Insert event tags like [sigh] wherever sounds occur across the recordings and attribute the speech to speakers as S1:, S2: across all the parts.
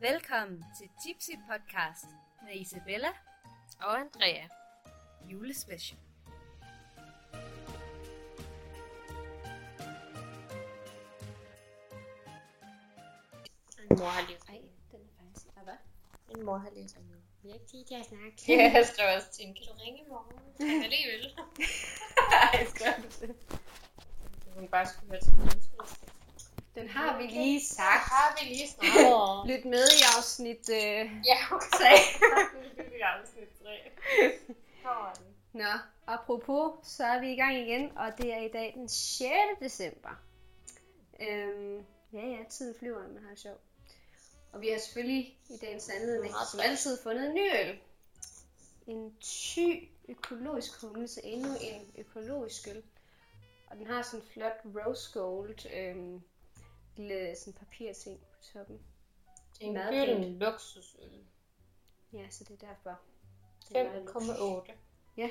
S1: Velkommen til Tipsy Podcast med Isabella
S2: og Andrea.
S1: julespecial.
S2: Min mor har læst.
S3: Ej, den er faktisk...
S1: Og hvad?
S2: Min mor har læst en jul.
S3: Vi har ikke tid til at snakke.
S2: Ja, jeg skrev også til hende, kan du ringe i [laughs] morgen? Jeg lige vil.
S1: [laughs]
S2: Ej, skrev hun til. Hun bare skulle høre til min
S1: Den har vi lige sagt.
S2: Har vi lige snakket?
S1: Lyt med i afsnit... Øh...
S2: ja, okay. Det er afsnit 3.
S1: Nå, apropos, så er vi i gang igen, og det er i dag den 6. december. Øhm, ja, ja, tiden flyver, når man har det sjovt. Og vi har selvfølgelig i dagens anledning, som altid, fundet en ny øl. En ty økologisk humle, så endnu en økologisk øl. Og den har sådan en flot rose gold øhm, lille sådan papirting på toppen.
S2: Det er en
S1: Meget
S2: gylden luksusøl.
S1: Ja, så det er derfor. Den er meget
S2: 5,8.
S1: Ja.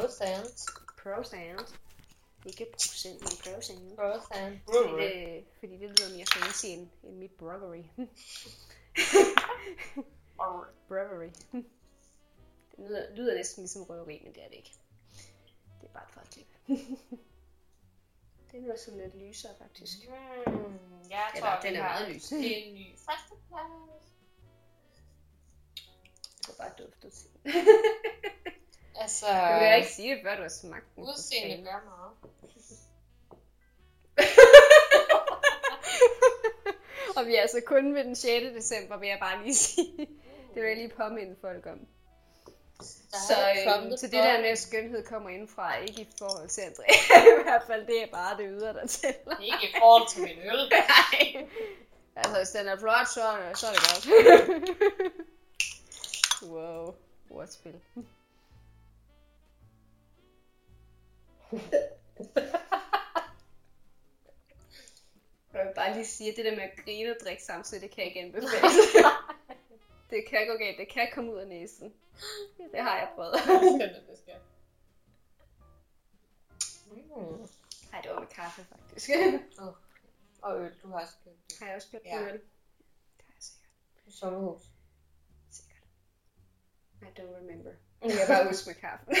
S2: Prosant.
S1: Prosand. Ikke procent, men prosand.
S2: Prosant. Mm.
S1: Øh, fordi det lyder mere fancy end, end mit [laughs] brothery. brothery. [laughs] Det lyder, lyder næsten ligesom røveri, men det er det ikke. Det er bare et [laughs] forklip. den er sådan lidt lysere, faktisk.
S2: Hmm, jeg
S1: Eller,
S2: tror,
S1: den
S2: vi
S1: er
S2: har
S1: meget lys.
S2: en ny førsteplads.
S1: Det var bare duftet til.
S2: Altså,
S1: Du vil jeg ikke sige det, før du har smagt den. for
S2: udseende
S1: fanden.
S2: gør meget.
S1: Og vi er altså kun ved den 6. december, vil jeg bare lige sige. Det vil jeg lige påminde folk om. Så øhm, så det der med, at skønhed kommer indfra, ikke i forhold til André. [laughs] I hvert fald, det er bare det ydre, der tæller.
S2: Ikke i forhold til min øl.
S1: [laughs] Nej. Altså, hvis den er flot, så, så er det godt. [laughs] wow. Ordspil. [laughs] Jeg vil bare lige sige, at det der med at grine og drikke samtidig, det kan jeg ikke [laughs] anbefale. det kan gå galt. Det kan komme ud af næsen. Det har jeg [laughs] prøvet.
S2: Skønt, det sker. Mm.
S1: Nej, det var med kaffe, faktisk.
S2: Og øl, du har også købt det.
S1: [laughs] har jeg også gjort
S2: Ja.
S1: ja. øl. Det har jeg sikkert.
S2: I sommerhus.
S1: Sikkert. I don't remember. Jeg kan bare huske med kaffen.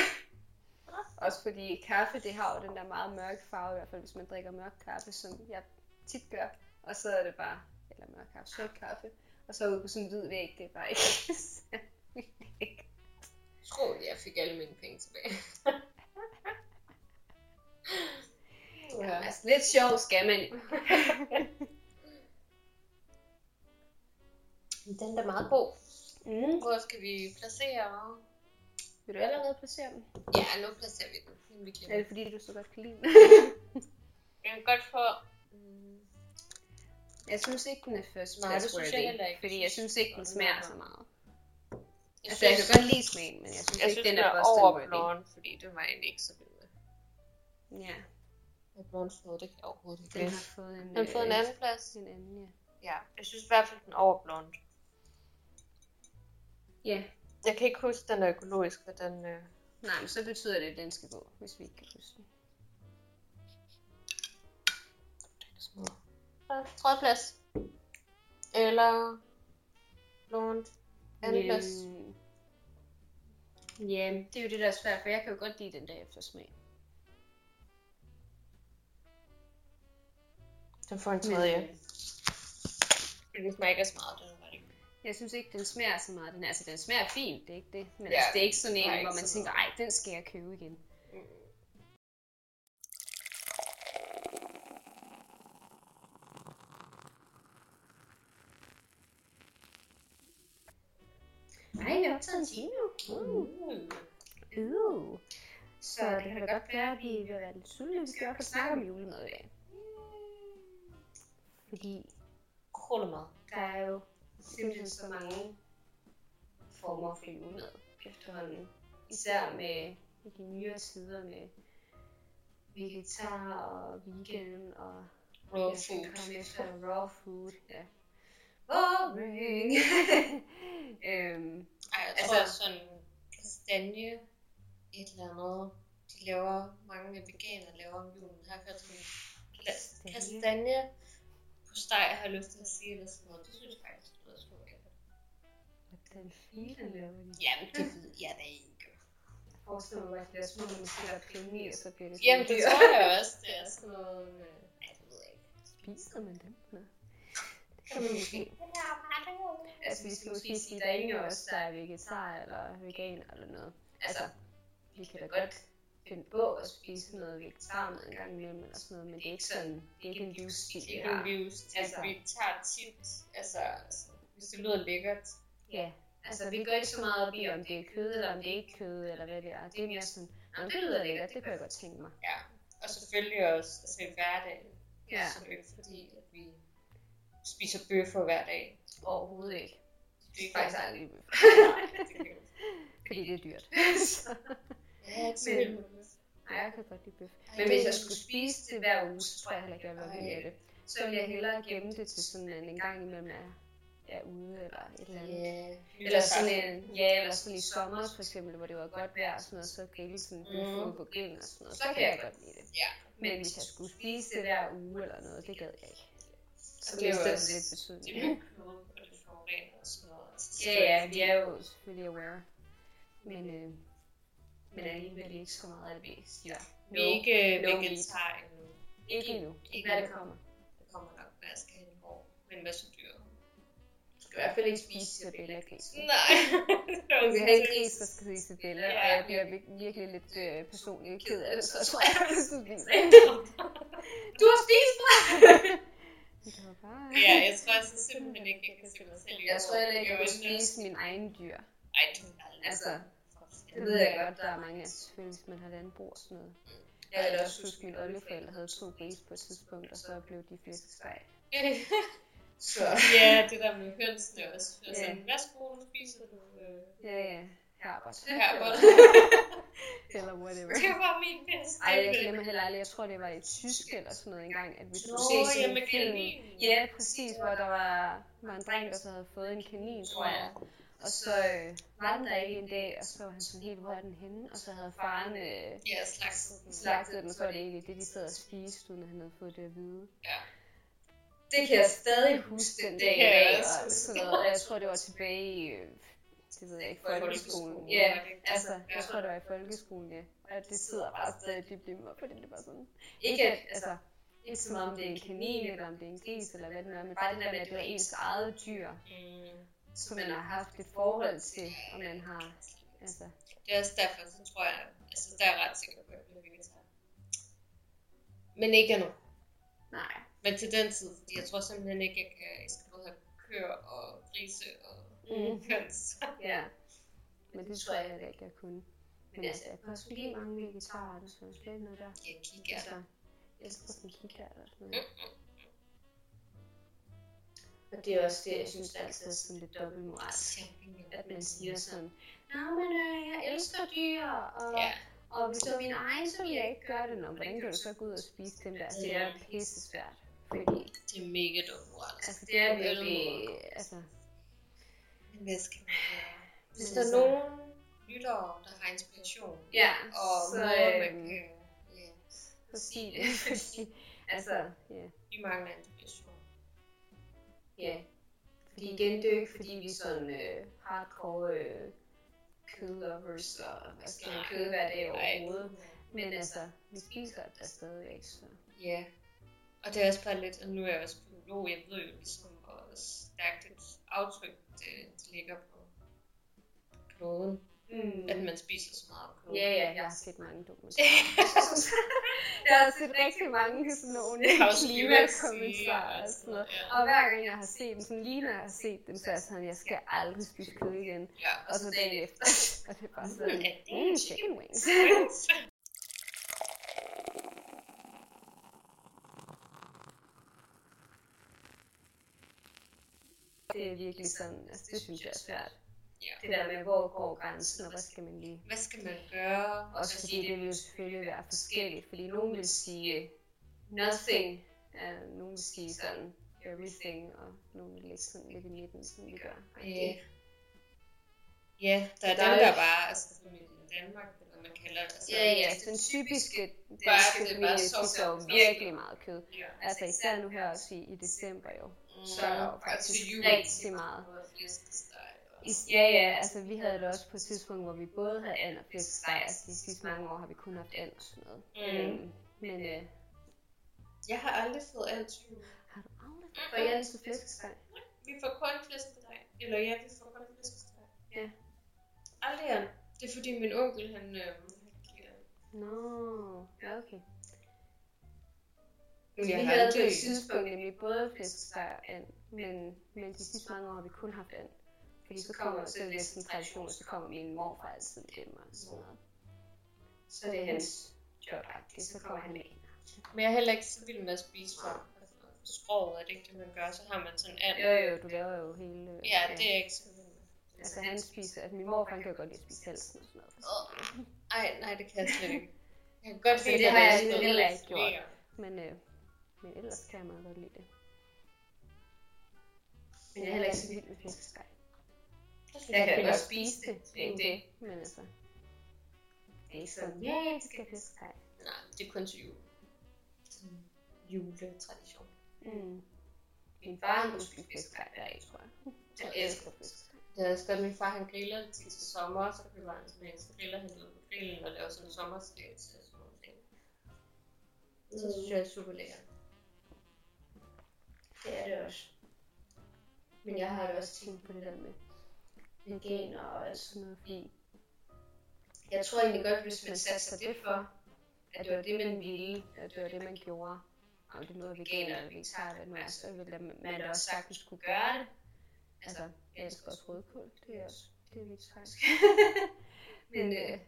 S1: Også fordi kaffe, det har jo den der meget mørke farve, i hvert fald hvis man drikker mørk kaffe, som jeg tit gør. Og så er det bare, eller mørk kaffe, sort kaffe. Og så ud på sådan en hvid væg, det er bare ikke særlig lækkert.
S2: Jeg tror, jeg fik alle mine penge tilbage.
S1: Ja.
S2: ja.
S1: [laughs] Altså lidt sjov skal man.
S2: Den er da meget god.
S1: [laughs] Mm.
S2: Hvor skal vi placere?
S1: Vil du allerede placere dem?
S2: Ja, nu placerer vi den. inden Vi
S1: Er
S2: glemmer.
S1: det fordi, du så godt kan lide dem?
S2: Jeg kan godt få... Mm,
S1: [laughs] Jeg synes ikke, den er first
S2: Nej, det synes jeg
S1: class-worthy,
S2: heller ikke.
S1: Fordi jeg synes ikke, den
S2: Den er
S1: smager
S2: meget-
S1: så meget.
S2: jeg
S1: Altså, jeg kan godt lide smagen, men jeg synes,
S2: jeg
S1: ikke,
S2: synes,
S1: den er
S2: over
S1: Boston Worthy.
S2: blonde, fordi det var jeg egentlig ikke så vild med.
S1: Ja,
S2: At blonde flod, det kan jeg overhovedet ikke.
S1: den
S2: lide.
S1: har fået en,
S2: Den har fået en
S1: øh,
S2: anden plads.
S1: En anden, ja.
S2: Ja, jeg synes i hvert fald, den er over blonde.
S1: Ja,
S2: Jeg kan ikke huske, den er økologisk, hvad den... Øh...
S1: nej, men så betyder det, at den skal gå, hvis vi ikke kan huske den.
S2: Så, tredje plads. Eller... Blonde. Anden
S1: Men-
S2: plads.
S1: Øhm, Ja, det er jo det, der er svært, for jeg kan jo godt lide den der eftersmag.
S2: Den får en
S1: Men, øh,
S2: Den smager ikke så meget, den var det.
S1: jeg synes ikke, den smager så meget. Den, altså, den smager fint, det er ikke det. Men
S2: Ja,
S1: altså, det er ikke Mm. sådan
S2: den
S1: en,
S2: smager
S1: hvor
S2: ikke
S1: man
S2: så
S1: tænker,
S2: meget.
S1: nej, den skal jeg købe igen. Nej, jeg har taget en time nu. Mm.
S2: Mm.
S1: Uh. Så det kan da godt være, at vi vil være lidt sultne, hvis vi også kan snakke om julemad i dag. Fordi
S2: Krullemad.
S1: der er jo simpelthen så mange former for julemad efterhånden. Især med i de nyere tider med vegetar og vegan og
S2: Raw
S1: jeg skal
S2: food.
S1: komme efter raw food. Ja.
S2: [laughs]
S1: Boring! øhm,
S2: Ej, jeg
S1: Altså-
S2: tror altså, sådan kastanje, et eller andet. De laver, mange af veganer laver om julen. Har jeg hørt sådan en kla-
S1: Kastanje?
S2: kastanje på postej har lyst til at sige eller sådan noget. Det synes jeg faktisk er noget sjovt.
S1: Den fine laver de.
S2: Jamen, det ved jeg da ikke.
S1: Jeg forestiller mig, at det er små mennesker, der pionerer, så bliver det
S2: Jamen, det tror jeg også, det er sådan noget... Øh, nej, det ved jeg ikke.
S1: Spiser man dem? Nå. Det kan man måske. Altså, vi skal måske sige, at der er ingen af os, der er vegetar eller veganer eller noget. Altså, vi kan da godt finde på at spise noget vegetarmad en gang imellem eller sådan noget, men det er ikke sådan, det er ikke en livsstil.
S2: Det
S1: vi
S2: er
S1: har.
S2: en livs. Altså,
S1: Altså.
S2: vi tager tit, altså, altså, hvis det lyder lækkert.
S1: Ja, altså vi går ikke så meget op i, om det er kød eller om det ikke er kød eller hvad det er. Det er mere sådan, "Nå, men det lyder lækkert, det kunne jeg godt tænke mig.
S2: Ja, og selvfølgelig også altså, i hverdagen.
S1: Ja.
S2: Så det er jo ikke fordi, at vi spiser bøffer hver dag.
S1: Overhovedet ikke.
S2: Det er
S1: [laughs] Faktisk aldrig.
S2: [laughs] Nej, det kan jeg ikke.
S1: Fordi det er dyrt.
S2: Ja,
S1: Men-
S2: det er
S1: [laughs] Nej, jeg kan godt lide bøf. Men hvis jeg skulle spise det hver uge, så tror jeg heller ikke, jeg ville være vild med det. Så ville jeg hellere gemme det til sådan en, en gang imellem, at jeg er ude eller et eller andet.
S2: Ja.
S1: Eller sådan en, ja, eller sådan i sommer for eksempel, hvor det var godt vejr og sådan noget, så grille sådan en bøf
S2: Mhm.
S1: ude på grillen og sådan noget,
S2: Så
S1: Mm.
S2: kan
S1: så kan
S2: jeg
S1: jeg
S2: godt
S1: godt lide det.
S2: Ja.
S1: Men hvis jeg skulle spise det hver uge eller noget, det gad jeg ikke. Så
S2: Og det er jo
S1: mistede det
S2: også-
S1: lidt
S2: Det
S1: betydning.
S2: er jo kloden, og det forurener og sådan noget. Altså,
S1: Ja, ja, vi er jo selvfølgelig aware. Men, øh, men alligevel ikke så meget, at vi siger.
S2: Vi er ikke øh,
S1: no meat.
S2: vegetar endnu.
S1: ikke endnu.
S2: Ikke
S1: Ikke når
S2: endnu.
S1: det kommer.
S2: Det kommer nok, når jeg skal have en hår med en masse dyr. Du skal i hvert fald ikke spise det.
S1: Isabella grisen.
S2: Nej. [laughs]
S1: Du kan have en gris, der skal hedde Isabella,
S2: Ja.
S1: og jeg bliver vir- virkelig lidt øh, personligt ked af det, [laughs] så tror jeg, hvis du spiser.
S2: [laughs] Du har spist mig!
S1: [laughs] Det kan være bare...
S2: Ja, jeg tror altså simpelthen ikke, jeg kan se mig selv. i
S1: Jeg tror heller ikke, jeg
S2: øjnene.
S1: vil spise mine egne dyr.
S2: Ej, du har aldrig.
S1: Altså, det ved jeg godt, der er mange af selvfølgelig, hvis man har landbrug og sådan noget. Jeg kan også huske, mine oldeforældre havde to grise på et tidspunkt, og så blev de flæskesteg.
S2: Så. [laughs] Ja, det der med hønsene også. Altså,
S1: Ja.
S2: værsgo, nu spiser du øh,
S1: Ja, ja. Herbert.
S2: det her måde.
S1: Eller whatever.
S2: [laughs]
S1: [laughs]
S2: Det var min bedste. øh,
S1: Ej, jeg glemmer heller aldrig. Jeg tror, det var i tysk eller sådan noget engang, at vi
S2: Nå,
S1: skulle se
S2: ja,
S1: sådan
S2: med
S1: en film.
S2: kaninen.
S1: Ja, præcis, hvor der var, var en dreng, der så havde fået en kanin, tror jeg. Og så øh, var den der ikke en dag, og så var han sådan helt, hvor er den henne? Og så havde faren øh,
S2: Ja, slagset den.
S1: slagtet den, og så var det egentlig det, de sad og spiste, uden at han havde fået det at vide.
S2: Ja.
S1: Det kan jeg stadig huske den dag i
S2: kan jeg
S1: dag, altså.
S2: også
S1: og
S2: huske.
S1: sådan noget. Og jeg tror, det var tilbage i, øh, det ved jeg ikke, folkeskolen. Ja,
S2: Ja,
S1: Altså, jeg
S2: ja.
S1: tror, det var i folkeskolen, ja. Og det sidder bare stadig dybt i mig, fordi det er bare sådan...
S2: Ikke
S1: Ikke, at,
S2: at-
S1: altså, ikke så meget, om det er en kanin, eller om det er en gris, eller hvad det nu er, men bare det der med, at det er ens eget dyr,
S2: Mm.
S1: som man har haft et forhold til, og man har... Altså,
S2: Det er også derfor, så tror jeg, altså der er jeg ret sikker på, at jeg bliver vegetar. Men ikke endnu.
S1: nej.
S2: Men til den tid, fordi jeg tror simpelthen ikke, jeg kan, jeg skal både have køer og grise og
S1: Mm.
S2: høns.
S1: Ja. Men det tror jeg heller ikke, jeg kunne. Men altså, jeg kan også lide mange vegetarer, der sådan slet ikke noget der.
S2: Jeg kigger
S1: Altså, jeg elsker sådan kikært og sådan noget. Og det er også det, jeg synes altid er sådan lidt dobbeltmoralsk. at man siger sådan, Nå, men øh, jeg elsker dyr, og,
S2: Ja,
S1: ja. og hvis det var min egen, så ville jeg ikke gøre det. Nå, hvordan kan du så gå ud og spise dem der? Altså, det er pisse svært. Fordi,
S2: det er mega dumt moral.
S1: altså, det er virkelig, altså,
S2: Men hvad skal man gøre? Hvis
S1: Men
S2: der er
S1: altså-
S2: nogen lyttere, der har inspiration,
S1: ja,
S2: og
S1: så,
S2: noget, man
S1: øhm,
S2: kan... Ja,
S1: så sig det. Fordi, [laughs] altså, ja.
S2: vi mangler inspiration.
S1: ja. Fordi igen, det er jo ikke, fordi vi er sådan øh, hardcore øh, kødlovers, og hvad skal man Altså, kød hver dag overhovedet.
S2: Ej.
S1: Men altså, vi spiser det da stadigvæk, så.
S2: Ja. Og det er også bare lidt, og nu er jeg også biolog, jeg ved jo ligesom, hvor stærkt et aftryk det, det ligger på kloden.
S1: Mm.
S2: At man spiser så meget på kloden.
S1: Ja,
S2: [laughs]
S1: ja, jeg har set mange dokumentarer. [laughs] jeg har set rigtig mange sådan [laughs] nogle
S2: Det har også
S1: klimakommentarer og sådan noget.
S2: Ja.
S1: Og hver gang jeg har set dem, sådan lige når jeg har set dem, så er jeg sådan, jeg skal aldrig spise kød igen.
S2: ja.
S1: Og så dagen efter, [laughs] og det er bare sådan,
S2: Ja, det er
S1: mm,
S2: chicken
S1: chicken wings. Det er virkelig sådan, altså det synes jeg er svært.
S2: Ja.
S1: Det der med, hvor går grænsen, og hvad skal man lige?
S2: Hvad skal man gøre?
S1: Også fordi det vil jo selvfølgelig være forskelligt, fordi nogen vil sige nothing, og nogen vil sige sådan everything, og nogen vil ligge sådan lidt i midten, som vi gør.
S2: Ja. Øh, Ja, der er
S1: Der
S2: dem,
S1: er
S2: der
S1: jo-
S2: bare altså, familien i Danmark, eller man kalder det. Altså,
S1: den typiske
S2: bare-
S1: danske
S2: det er
S1: familie
S2: bare så
S1: spiser jo
S2: sjovt.
S1: virkelig meget kød.
S2: Ja.
S1: Altså især nu her også i, i december jo.
S2: Så
S1: der er jo faktisk rigtig meget. Ja, ja, altså vi havde det også på et tidspunkt, hvor vi både havde and og flæskesteg. Altså de sidste mange år har vi kun haft and og sådan noget.
S2: Mm.
S1: Øhm, Men øh,
S2: Jeg har aldrig fået alt tyve.
S1: har du aldrig
S2: Og jeg,
S1: til flæskesteg?
S2: vi får kun flæskesteg. Eller ja, vi får kun flæskesteg.
S1: Ja.
S2: Aldrig andet. Det er fordi min onkel, han, øh, han giver.
S1: Nå, ja, okay.
S2: Men
S1: Vi
S2: jeg har
S1: havde på
S2: aldrig.
S1: et tidspunkt nemlig både flæskesteg og and, men, men de sidste mange år har vi kun haft and. Fordi så kommer så er det lidt sådan en tradition, og så kommer min morfar altid hjem og sådan noget. Så det er hans jobagtigt, så kommer han med ind.
S2: Men jeg er heller ikke så vild med at spise for skroget, er det ikke det, man gør? Så har man sådan alt.
S1: Jo, jo, du laver jo hele... øh,
S2: Ja, det er jeg ikke så vild med.
S1: Altså han spiser, altså min morfar han kan jo godt lide at spise halsen og sådan noget.
S2: Åh, Ej, nej, det kan jeg slet ikke. Jeg kan godt
S1: Så
S2: finde,
S1: Altså,
S2: at
S1: det har
S2: der
S1: jeg
S2: er sådan
S1: heller
S2: noget
S1: ikke gjort.
S2: mere.
S1: Men, øh, men ellers kan jeg meget godt lide det.
S2: Men jeg er heller ikke så
S1: vild med flæskesteg.
S2: Det synes
S1: Jeg,
S2: jeg
S1: kan
S2: heller
S1: godt
S2: ikke.
S1: spise det, det er ikke det. Men altså, det er ikke sådan, ja, jeg skal have flæskesteg.
S2: Nej, det er kun til jul. Sådan en juletradition.
S1: Mm. Min far han kunne spise flæskesteg hver dag, tror jeg.
S2: Jeg
S1: Jeg
S2: elsker
S1: elsker flæskesteg.
S2: Jeg også godt, min far han griller det tit til sommer, så køber han sådan en, så griller han noget på grillen og laver sådan en sommerslag til og sådan nogle ting.
S1: Mm.
S2: Så synes jeg, det er super lækkert.
S3: Det er det også.
S1: Men jeg har jo også tænkt på det der med veganer og alt sådan noget, fordi
S2: Jeg tror egentlig godt, hvis
S1: man
S2: man
S1: satte
S2: satte
S1: sig
S2: sig
S1: det
S2: lidt for,
S1: for, at det var det, man ville, at det var det, man gjorde, om det nu er veganer eller vegetar, hvad det nu er, så ville man da også sagtens kunne gøre det. Altså, jeg
S2: [laughs]
S1: elsker også rødkål, det er også det er vegetarisk. men, øh,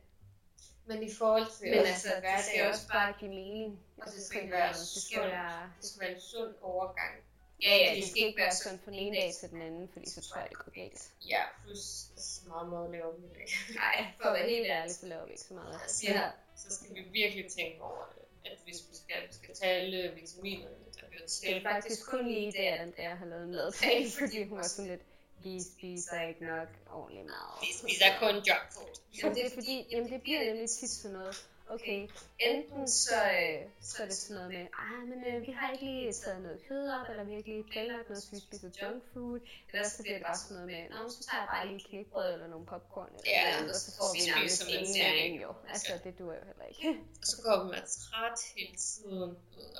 S2: Men i forhold til
S1: men
S2: også
S1: altså,
S2: at gøre
S1: det skal
S2: det
S1: jo
S2: også
S1: også bare give mening.
S2: Og det
S1: Altså,
S2: skal
S1: på en
S2: ikke
S1: eller
S2: være
S1: anden- det skal
S2: skævt.
S1: være
S2: det skal være en sund overgang.
S1: Ja, ja, det skal ikke være sådan fra den ene dag til den anden, fordi så tror jeg, det går galt.
S2: Ja, plus så meget mad laver vi ikke.
S1: Nej, for at være helt ærlig, så laver vi ikke så meget. af det.
S2: Ja. [laughs] Så skal vi virkelig tænke over det. At hvis vi skal, vi skal tage alle vitaminerne, der hører
S1: Det er
S2: til.
S1: faktisk kun lige det, at Andrea har [laughs] lavet en madplan, fordi hun var sådan lidt, vi spiser ikke nok ordentlig mad.
S2: Vi spiser kun junk food.
S1: Jamen det er fordi, jamen det bliver nemlig tit sådan noget, okay, enten så, øh, så er det sådan noget med, ah, men øh, vi har ikke lige taget noget kød op, eller vi har ikke lige planlagt noget, så vi spiser junk food, eller så bliver det bare sådan noget med, nå, så tager jeg bare lige knækbrød eller nogle popcorn, eller
S2: Ja,
S1: noget, andet, og så får vi
S2: spiser vi
S1: nærmest
S2: som en
S1: ingen
S2: serie.
S1: næring jo. Altså, det duer jo heller ikke.
S2: Og så går man træt hele tiden,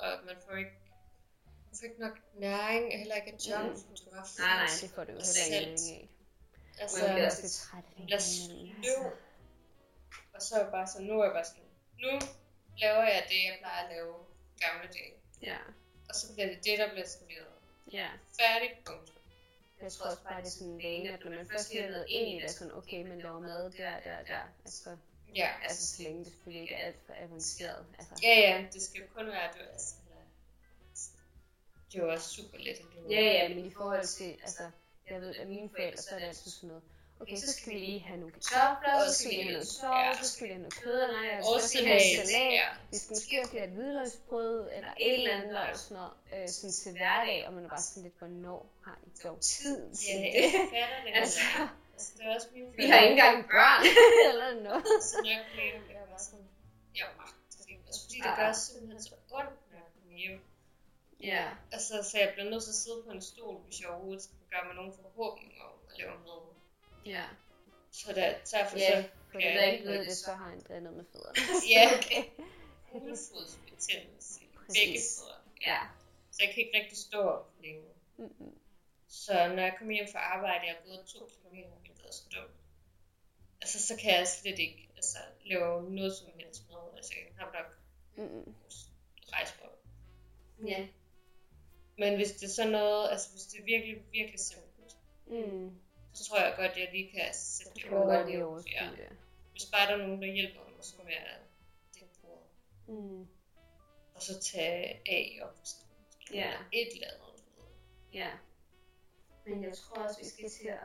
S2: og man får ikke, man får ikke nok næring, og heller ikke af junk food. Det var
S1: [laughs] Mm. Nej, nej, det får du jo
S2: Og
S1: heller ikke
S2: salt.
S1: næring af.
S2: Altså,
S1: Man bliver
S2: man
S1: også lidt træt af altså. det.
S2: bliver sløv. Og så er jeg bare sådan, nu er jeg bare sådan, nu laver jeg det, jeg plejer at lave gamle dage.
S1: Ja,
S2: Og så bliver det det, der bliver serveret.
S1: ja.
S2: Færdig, punkt.
S1: Jeg tror også bare, det er sådan en vane, at når man først lige har noget ind i det, er sådan, okay, man laver mad der, der, der. Altså,
S2: Ja,
S1: altså så længe det selvfølgelig ikke er alt for avanceret. Altså,
S2: ja, ja, det skal jo kun være, at du altså, det er jo også super let. at leve.
S1: ja, ja, men i forhold til, altså, jeg ved, at mine forældre, så er det altid sådan noget, okay, så skal vi lige have nogle kartofler, så skal vi lige have noget sovs, så skal vi lige have noget kød, og nej,
S2: Og
S1: og så skal vi have
S2: salat,
S1: noget Altså, salat.
S2: ja.
S1: Vi skal måske også lige have et hvidløgsbrød, eller et eller andet, og sådan noget, øh, sådan til hverdag, og man er bare sådan lidt, hvornår har I dog tid til
S2: Ja,
S1: det?
S2: jeg fatter det.
S1: Altså,
S2: Altså, det er også min
S1: [laughs] vi har ikke engang børn, [laughs] eller noget.
S2: Så når jeg kom hjem, jeg var sådan, jeg var meget træt. Også fordi det
S1: Ah.
S2: gør simpelthen så ondt, når jeg kommer hjem.
S1: Ja.
S2: Altså, så jeg bliver nødt til at sidde på en stol, hvis jeg overhovedet skal gøre mig nogen forhåbninger om at lave noget.
S1: Ja.
S2: Så der, så jeg for
S1: Ja,
S2: så
S1: for det, der ikke ved det, så har han det noget med fødderne. [laughs]
S2: ja, hovedfodsbetændelse i begge
S1: Præcis.
S2: steder.
S1: Ja.
S2: Så jeg kan ikke rigtig stå op længe.
S1: Mm-mm.
S2: Så når jeg kommer hjem fra arbejde, jeg er gået to kilometer, hvilket er så dumt. Altså, så kan jeg slet ikke altså, lave noget som helst med. Altså, jeg kan knap nok
S1: Mm-mm.
S2: rejse mig op.
S1: Ja.
S2: Men hvis det er sådan noget, altså hvis det er virkelig, virkelig simpelt,
S1: Mm.
S2: så tror jeg godt, jeg lige kan sætte
S1: Det
S2: det
S1: kan man
S2: over.
S1: godt lige overskue,
S2: Ja.
S1: ja.
S2: Hvis bare der er nogen, der hjælper mig, så må jeg det bruger.
S1: Mm.
S2: Og så tage af op.
S1: Ja.
S2: Et eller andet.
S1: ja. Men jeg tror også, vi skal til at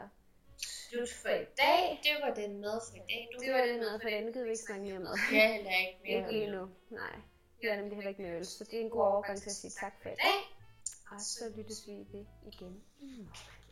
S1: slutte for i dag.
S2: Det var den mad for i dag. Du
S1: Det var det med, for den gider vi ikke snakke mere med.
S2: Ja, heller ikke
S1: [laughs]
S2: mere.
S1: Ikke lige nu. Nej. Vi har nemlig heller ikke med øl, så det er en god overgang til at sige tak for i dag. Og så lyttes vi ved igen.